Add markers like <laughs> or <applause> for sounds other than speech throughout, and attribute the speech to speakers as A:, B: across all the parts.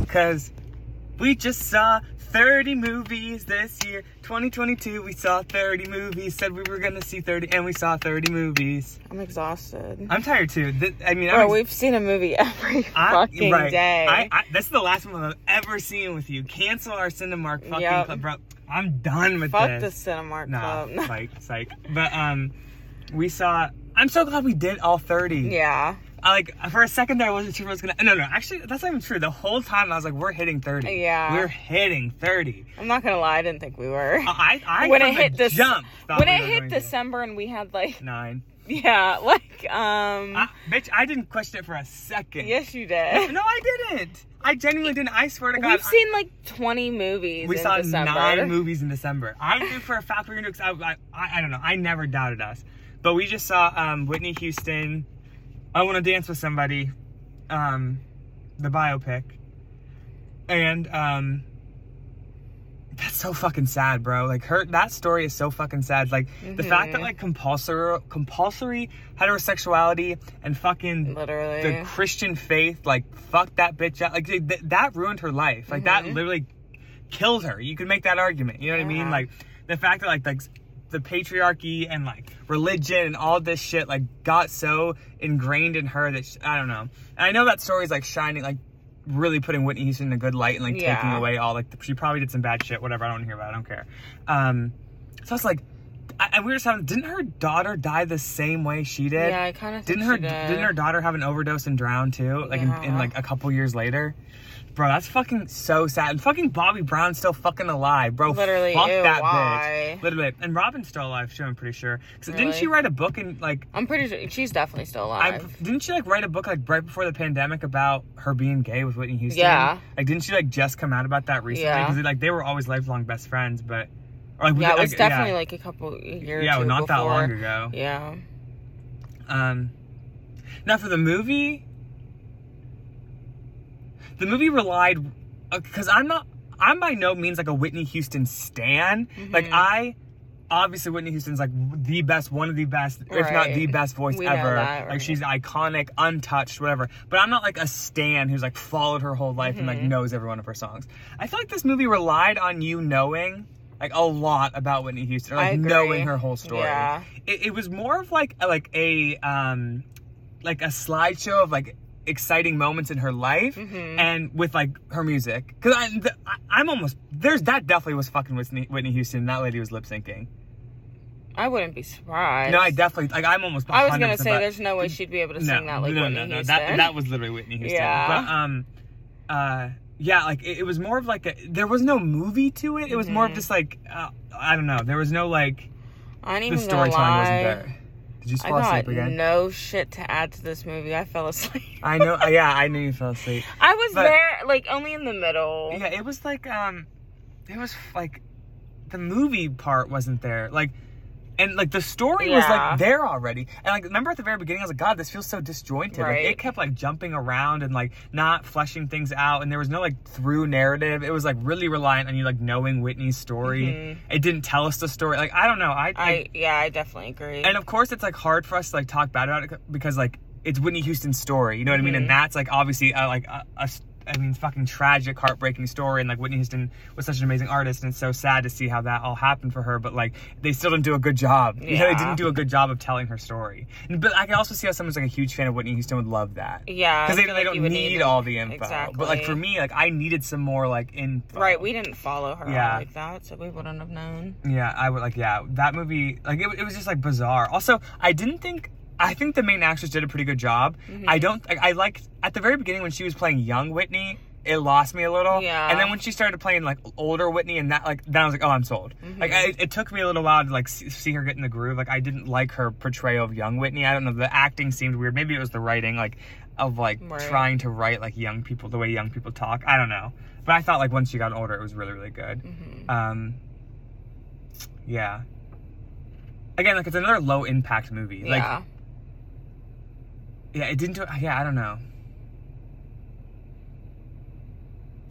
A: because we just saw 30 movies this year. 2022, we saw 30 movies. Said we were gonna see 30, and we saw 30 movies.
B: I'm exhausted.
A: I'm tired too. Th- I mean,
B: Bro,
A: I'm
B: we've seen a movie <laughs> every
A: I-
B: fucking
A: right.
B: day.
A: I, I, this is the last one I've ever seen with you. Cancel our Cinemark fucking
B: Yep.
A: club, bro. I'm done with
B: Fuck the
A: this.
B: Cinemark
A: Nah,
B: Club.
A: psych, psych. But um, we saw. I'm so glad we did all 30.
B: <laughs> yeah.
A: I, like for a second there, I wasn't sure if I was gonna. No, no, actually, that's not even true. The whole time I was like, we're hitting 30.
B: Yeah.
A: we're hitting 30.
B: I'm not gonna lie, I didn't think we were.
A: I, I
B: when
A: from
B: it
A: the
B: hit this
A: jump. thought
B: when
A: we
B: it
A: were
B: hit
A: going
B: December and we had like <laughs>
A: to nine.
B: yeah, like um
A: I, bitch, I didn't question it for a second.
B: yes you did.
A: No, I didn't. I genuinely didn't. I swear to God.
B: We've
A: I-
B: seen like 20 movies.
A: we
B: in
A: saw
B: December.
A: nine movies in December. I knew for a fact we were gonna. 'cause I, I, I don't know. I never doubted us, but we just saw um, Whitney Houston. I want to dance with somebody, um, the biopic, and um, that's so fucking sad, bro. Like her, that story is so fucking sad. Like the fact
B: Mm-hmm.
A: that like compulsory, compulsory heterosexuality and fucking
B: Literally.
A: the Christian faith, like fuck that bitch out. Like th- that ruined her life. Like that literally killed her. You could make that argument. You know what I mean?
B: Mm-hmm. Yeah.
A: Like the fact that like like s- the patriarchy and like religion and all this shit like got so ingrained in her that sh I don't know. And I know that story's like shining like really putting Whitney Houston in a good light and like taking
B: Yeah.
A: away all like the, she probably did some bad shit. Whatever. I don't want to hear about. it. I don't care. Um, so it's like. I, and we were just having. Didn't her daughter die the same way she did?
B: yeah, I kind of
A: Didn't her didn't her daughter have an overdose and drown too? Like in, in
B: Yeah.
A: like a couple years later. Bro, that's fucking so sad. And fucking Bobby Brown's still fucking alive, bro.
B: Literally,
A: fuck
B: ew,
A: that
B: why?
A: bitch. Literally, and Robin's still alive too. I'm pretty sure. 'Cause Didn't she
B: Really?
A: write a book and like?
B: I'm pretty sure she's definitely still
A: I,
B: alive.
A: didn't she like write a book like right before the pandemic about her being gay with Whitney Houston?
B: Yeah.
A: Like, didn't she like just come out about that recently?
B: Yeah.
A: Because like they were always lifelong best friends, but or, like,
B: yeah, it was
A: like,
B: definitely like a couple a year or
A: yeah,
B: two
A: not that
B: before.
A: long ago.
B: Yeah.
A: Um, now for the movie, the movie relied because I'm not. I'm by no means like a Whitney Houston stan.
B: Mm-hmm.
A: Like I, obviously Whitney Houston's like the best, one of the best, if not
B: Right.
A: the best voice
B: We know
A: ever.
B: that,
A: Like
B: right.
A: she's iconic, untouched, whatever. But I'm not like a stan who's like followed her whole life and like
B: Mm-hmm.
A: knows every one of her songs. I feel like this movie relied on you knowing like a lot about Whitney Houston, or,
B: I
A: like
B: agree.
A: knowing her whole story
B: Yeah.
A: it, it was more of like a, like a um like a slideshow of like exciting moments in her life
B: Mm-hmm.
A: and with like her music because I, th- I i'm almost there's that definitely was fucking whitney, whitney houston that lady was lip syncing
B: I wouldn't be surprised.
A: no i definitely like i'm almost
B: I was gonna
A: 100%
B: say
A: but-
B: there's no way she'd be able to sing that like
A: no,
B: Whitney
A: no, no.
B: Houston.
A: That that was literally Whitney Houston.
B: Yeah.
A: But um, uh, yeah, like it, it was more of like a there was no movie to it. It was
B: Mm-hmm.
A: more of just like uh, I don't know. There was no like
B: I ain't
A: the
B: even gonna
A: storytelling wasn't
B: lie.
A: there. Did you
B: I
A: fall
B: got
A: asleep again?
B: no shit to add to this movie. I fell asleep. <laughs>
A: I know. uh, yeah, I knew you fell asleep.
B: I was
A: But-
B: there like only in the middle.
A: Yeah, it was like um, it was like the movie part wasn't there. Like, and like the story was
B: Yeah.
A: like there already. And like remember at the very beginning, I was like, God, this feels so disjointed. Like, it
B: Right.
A: kept like jumping around and like not fleshing things out, and there was no like through narrative. It was like really reliant on you like knowing Whitney's story. It didn't tell us the story. Like I don't know. I, I
B: Mm-hmm. I yeah, I definitely agree.
A: and of course it's like hard for us to like talk bad about it because like it's Whitney Houston's story, you know what I mean?
B: Mm-hmm.
A: And that's like obviously uh, like a, a s- I mean fucking tragic, heartbreaking story. And like Whitney Houston was such an amazing artist, and it's so sad to see how that all happened for her. But like they still didn't do a good job. <laughs> You know, they
B: Yeah.
A: didn't do a good job of telling her story. And- But I can also see how someone's like a huge fan of Whitney Houston would love that.
B: yeah,
A: Because
B: I
A: they,
B: feel
A: they
B: like
A: don't
B: you
A: need,
B: would
A: all the info. But like
B: Exactly.
A: for me, like I needed some more like info.
B: Right, we didn't follow her
A: Yeah.
B: like that, so we wouldn't have known.
A: Yeah, I would like. Yeah, that movie, like, it, it was just like bizarre. Also, I didn't think. I think the main actress did a pretty good job.
B: Mm-hmm.
A: I don't. I, I liked at the very beginning when she was playing young Whitney. It lost me a little.
B: Yeah.
A: And then when she started playing like older Whitney and that, like, then I was like, oh, I'm sold.
B: Mm-hmm.
A: Like, I, it took me a little while to like see, see her get in the groove. Like, I didn't like her portrayal of young Whitney. I don't know. The acting seemed weird. Maybe it was the writing, like, of like
B: Right.
A: trying to write like young people the way young people talk. I don't know. But I thought like once she got older, it was really really good.
B: Mm-hmm.
A: Um. Yeah. Again, like it's another low impact movie.
B: yeah,
A: Like yeah, it didn't do yeah, I don't know.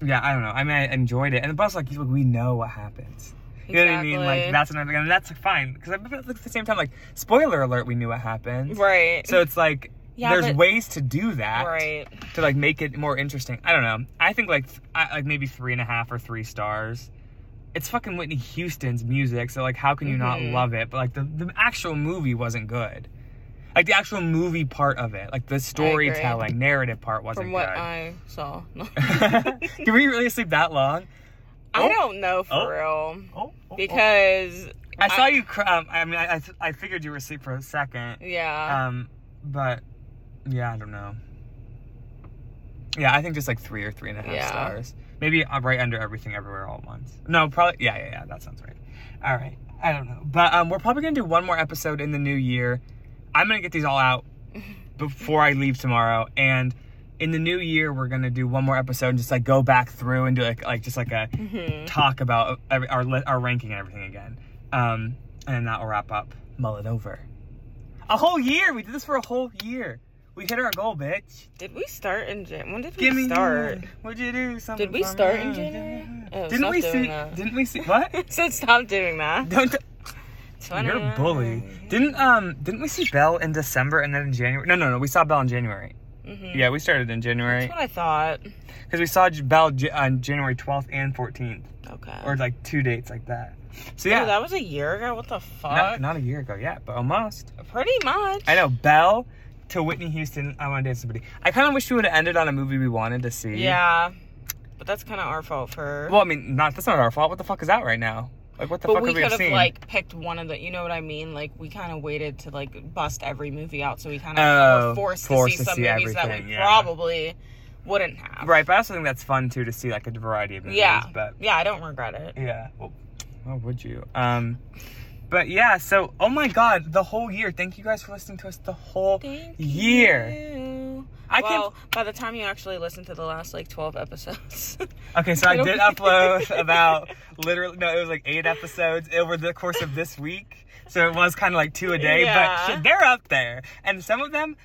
A: Yeah, I don't know. I mean, I enjoyed it, and the bus like he's like, we know what happens. You know what I mean? Like
B: Exactly.
A: that's another, and that's fine because at the same time, like spoiler alert, we knew what happened.
B: right.
A: So it's like
B: Yeah,
A: there's
B: but-
A: ways to do that
B: Right.
A: to like make it more interesting. I don't know. I think like th- I, like maybe three and a half or three stars. It's fucking Whitney Houston's music, so like how can you not
B: Mhm.
A: love it? But like the, the actual movie wasn't good. Like the actual movie part of it, like the storytelling narrative part wasn't
B: From what
A: good.
B: I
A: <laughs>
B: saw. <laughs>
A: Can we really sleep that long?
B: I don't know for
A: Oh.
B: real.
A: Oh,
B: Because
A: I saw you. Cr- um, I mean, I, I I figured you were asleep for a second.
B: yeah.
A: Um, but yeah, I don't know. Yeah, I think just like three or three and a half
B: Yeah.
A: stars. Maybe uh, right under everything everywhere all at once. No, probably. Yeah, yeah, yeah. That sounds right. All right. I don't know, but um, we're probably gonna do one more episode in the new year. I'm gonna get these all
B: <laughs>
A: out before I leave tomorrow, and in the new year we're gonna do one more episode and just like go back through and do like like just like a
B: Mhm.
A: Mm-hmm. talk about every, our li- our ranking and everything again. Um, and that will wrap up mull it over. A whole year. We did this for a whole year. We hit our goal, bitch.
B: Did we start in Jan? When did we
A: Give me
B: start?
A: What'd you do? Something
B: Did we
A: for
B: start
A: me?
B: in January? Oh,
A: Didn't
B: stop
A: we
B: doing
A: see?
B: that.
A: Didn't we see? What?
B: <laughs> <laughs> so stop doing that.
A: Don't. t-
B: It's
A: You're a
B: funny.
A: bully. Didn't um? Didn't we see Belle in December and then in January? No, no, no. We saw Belle in January.
B: Mhm.
A: Yeah, we started in January
B: That's what I thought.
A: because we saw J- Belle J- on January 12th and 14th,
B: Okay.
A: or like two dates like that. So
B: Oh,
A: yeah,
B: that was a year ago. What the fuck?
A: not, not a year ago yet, but almost.
B: Pretty much.
A: I know Belle to Whitney Houston. I want to dance with somebody. I kind of wish we would have ended on a movie we wanted to see.
B: Yeah, but that's kind of our fault for.
A: Well, I mean, not that's not our fault. What the fuck is out right now? Like, what the
B: but
A: fuck
B: we
A: could we have
B: could have
A: seen?
B: like picked one of the. You know what I mean? Like we kind of waited to like bust every movie out, so we kind of
A: Oh,
B: were forced,
A: forced
B: to see
A: to
B: some
A: see
B: movies that
A: everything,
B: we
A: yeah.
B: probably wouldn't have.
A: right, but I also think that's fun too to see like a variety of movies.
B: Yeah.
A: But
B: Yeah, I don't regret it.
A: yeah, well, why would you? Um, but yeah. So, oh my God, the whole year. Thank you guys for listening to us the whole
B: Thank
A: year.
B: you.
A: I
B: well, by the time you actually listen to the last like twelve episodes, <laughs>
A: Okay, so I
B: It'll
A: did
B: be-
A: upload about literally no, it was like eight episodes over the course of this week. So it was kind of like two a day,
B: Yeah.
A: but shit, they're up there. And some of them,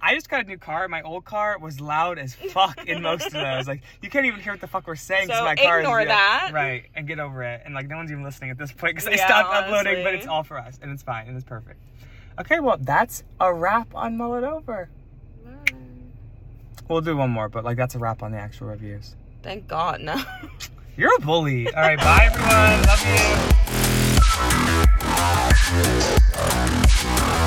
A: I just got a new car. My old car was loud as fuck in most of those. Like you can't even hear what the fuck we're saying. 'cause
B: So
A: my car is-
B: ignore
A: yeah,
B: that.
A: right? And get over it. And like no one's even listening at this point because I
B: Yeah,
A: stopped uploading. But
B: honestly.
A: it's all for us, and it's fine, and it's perfect. Okay, well that's a wrap on Mullet Over. We'll do one more, but like that's a wrap on the actual reviews.
B: thank God no. <laughs>
A: You're a bully. All right, bye everyone. Love you.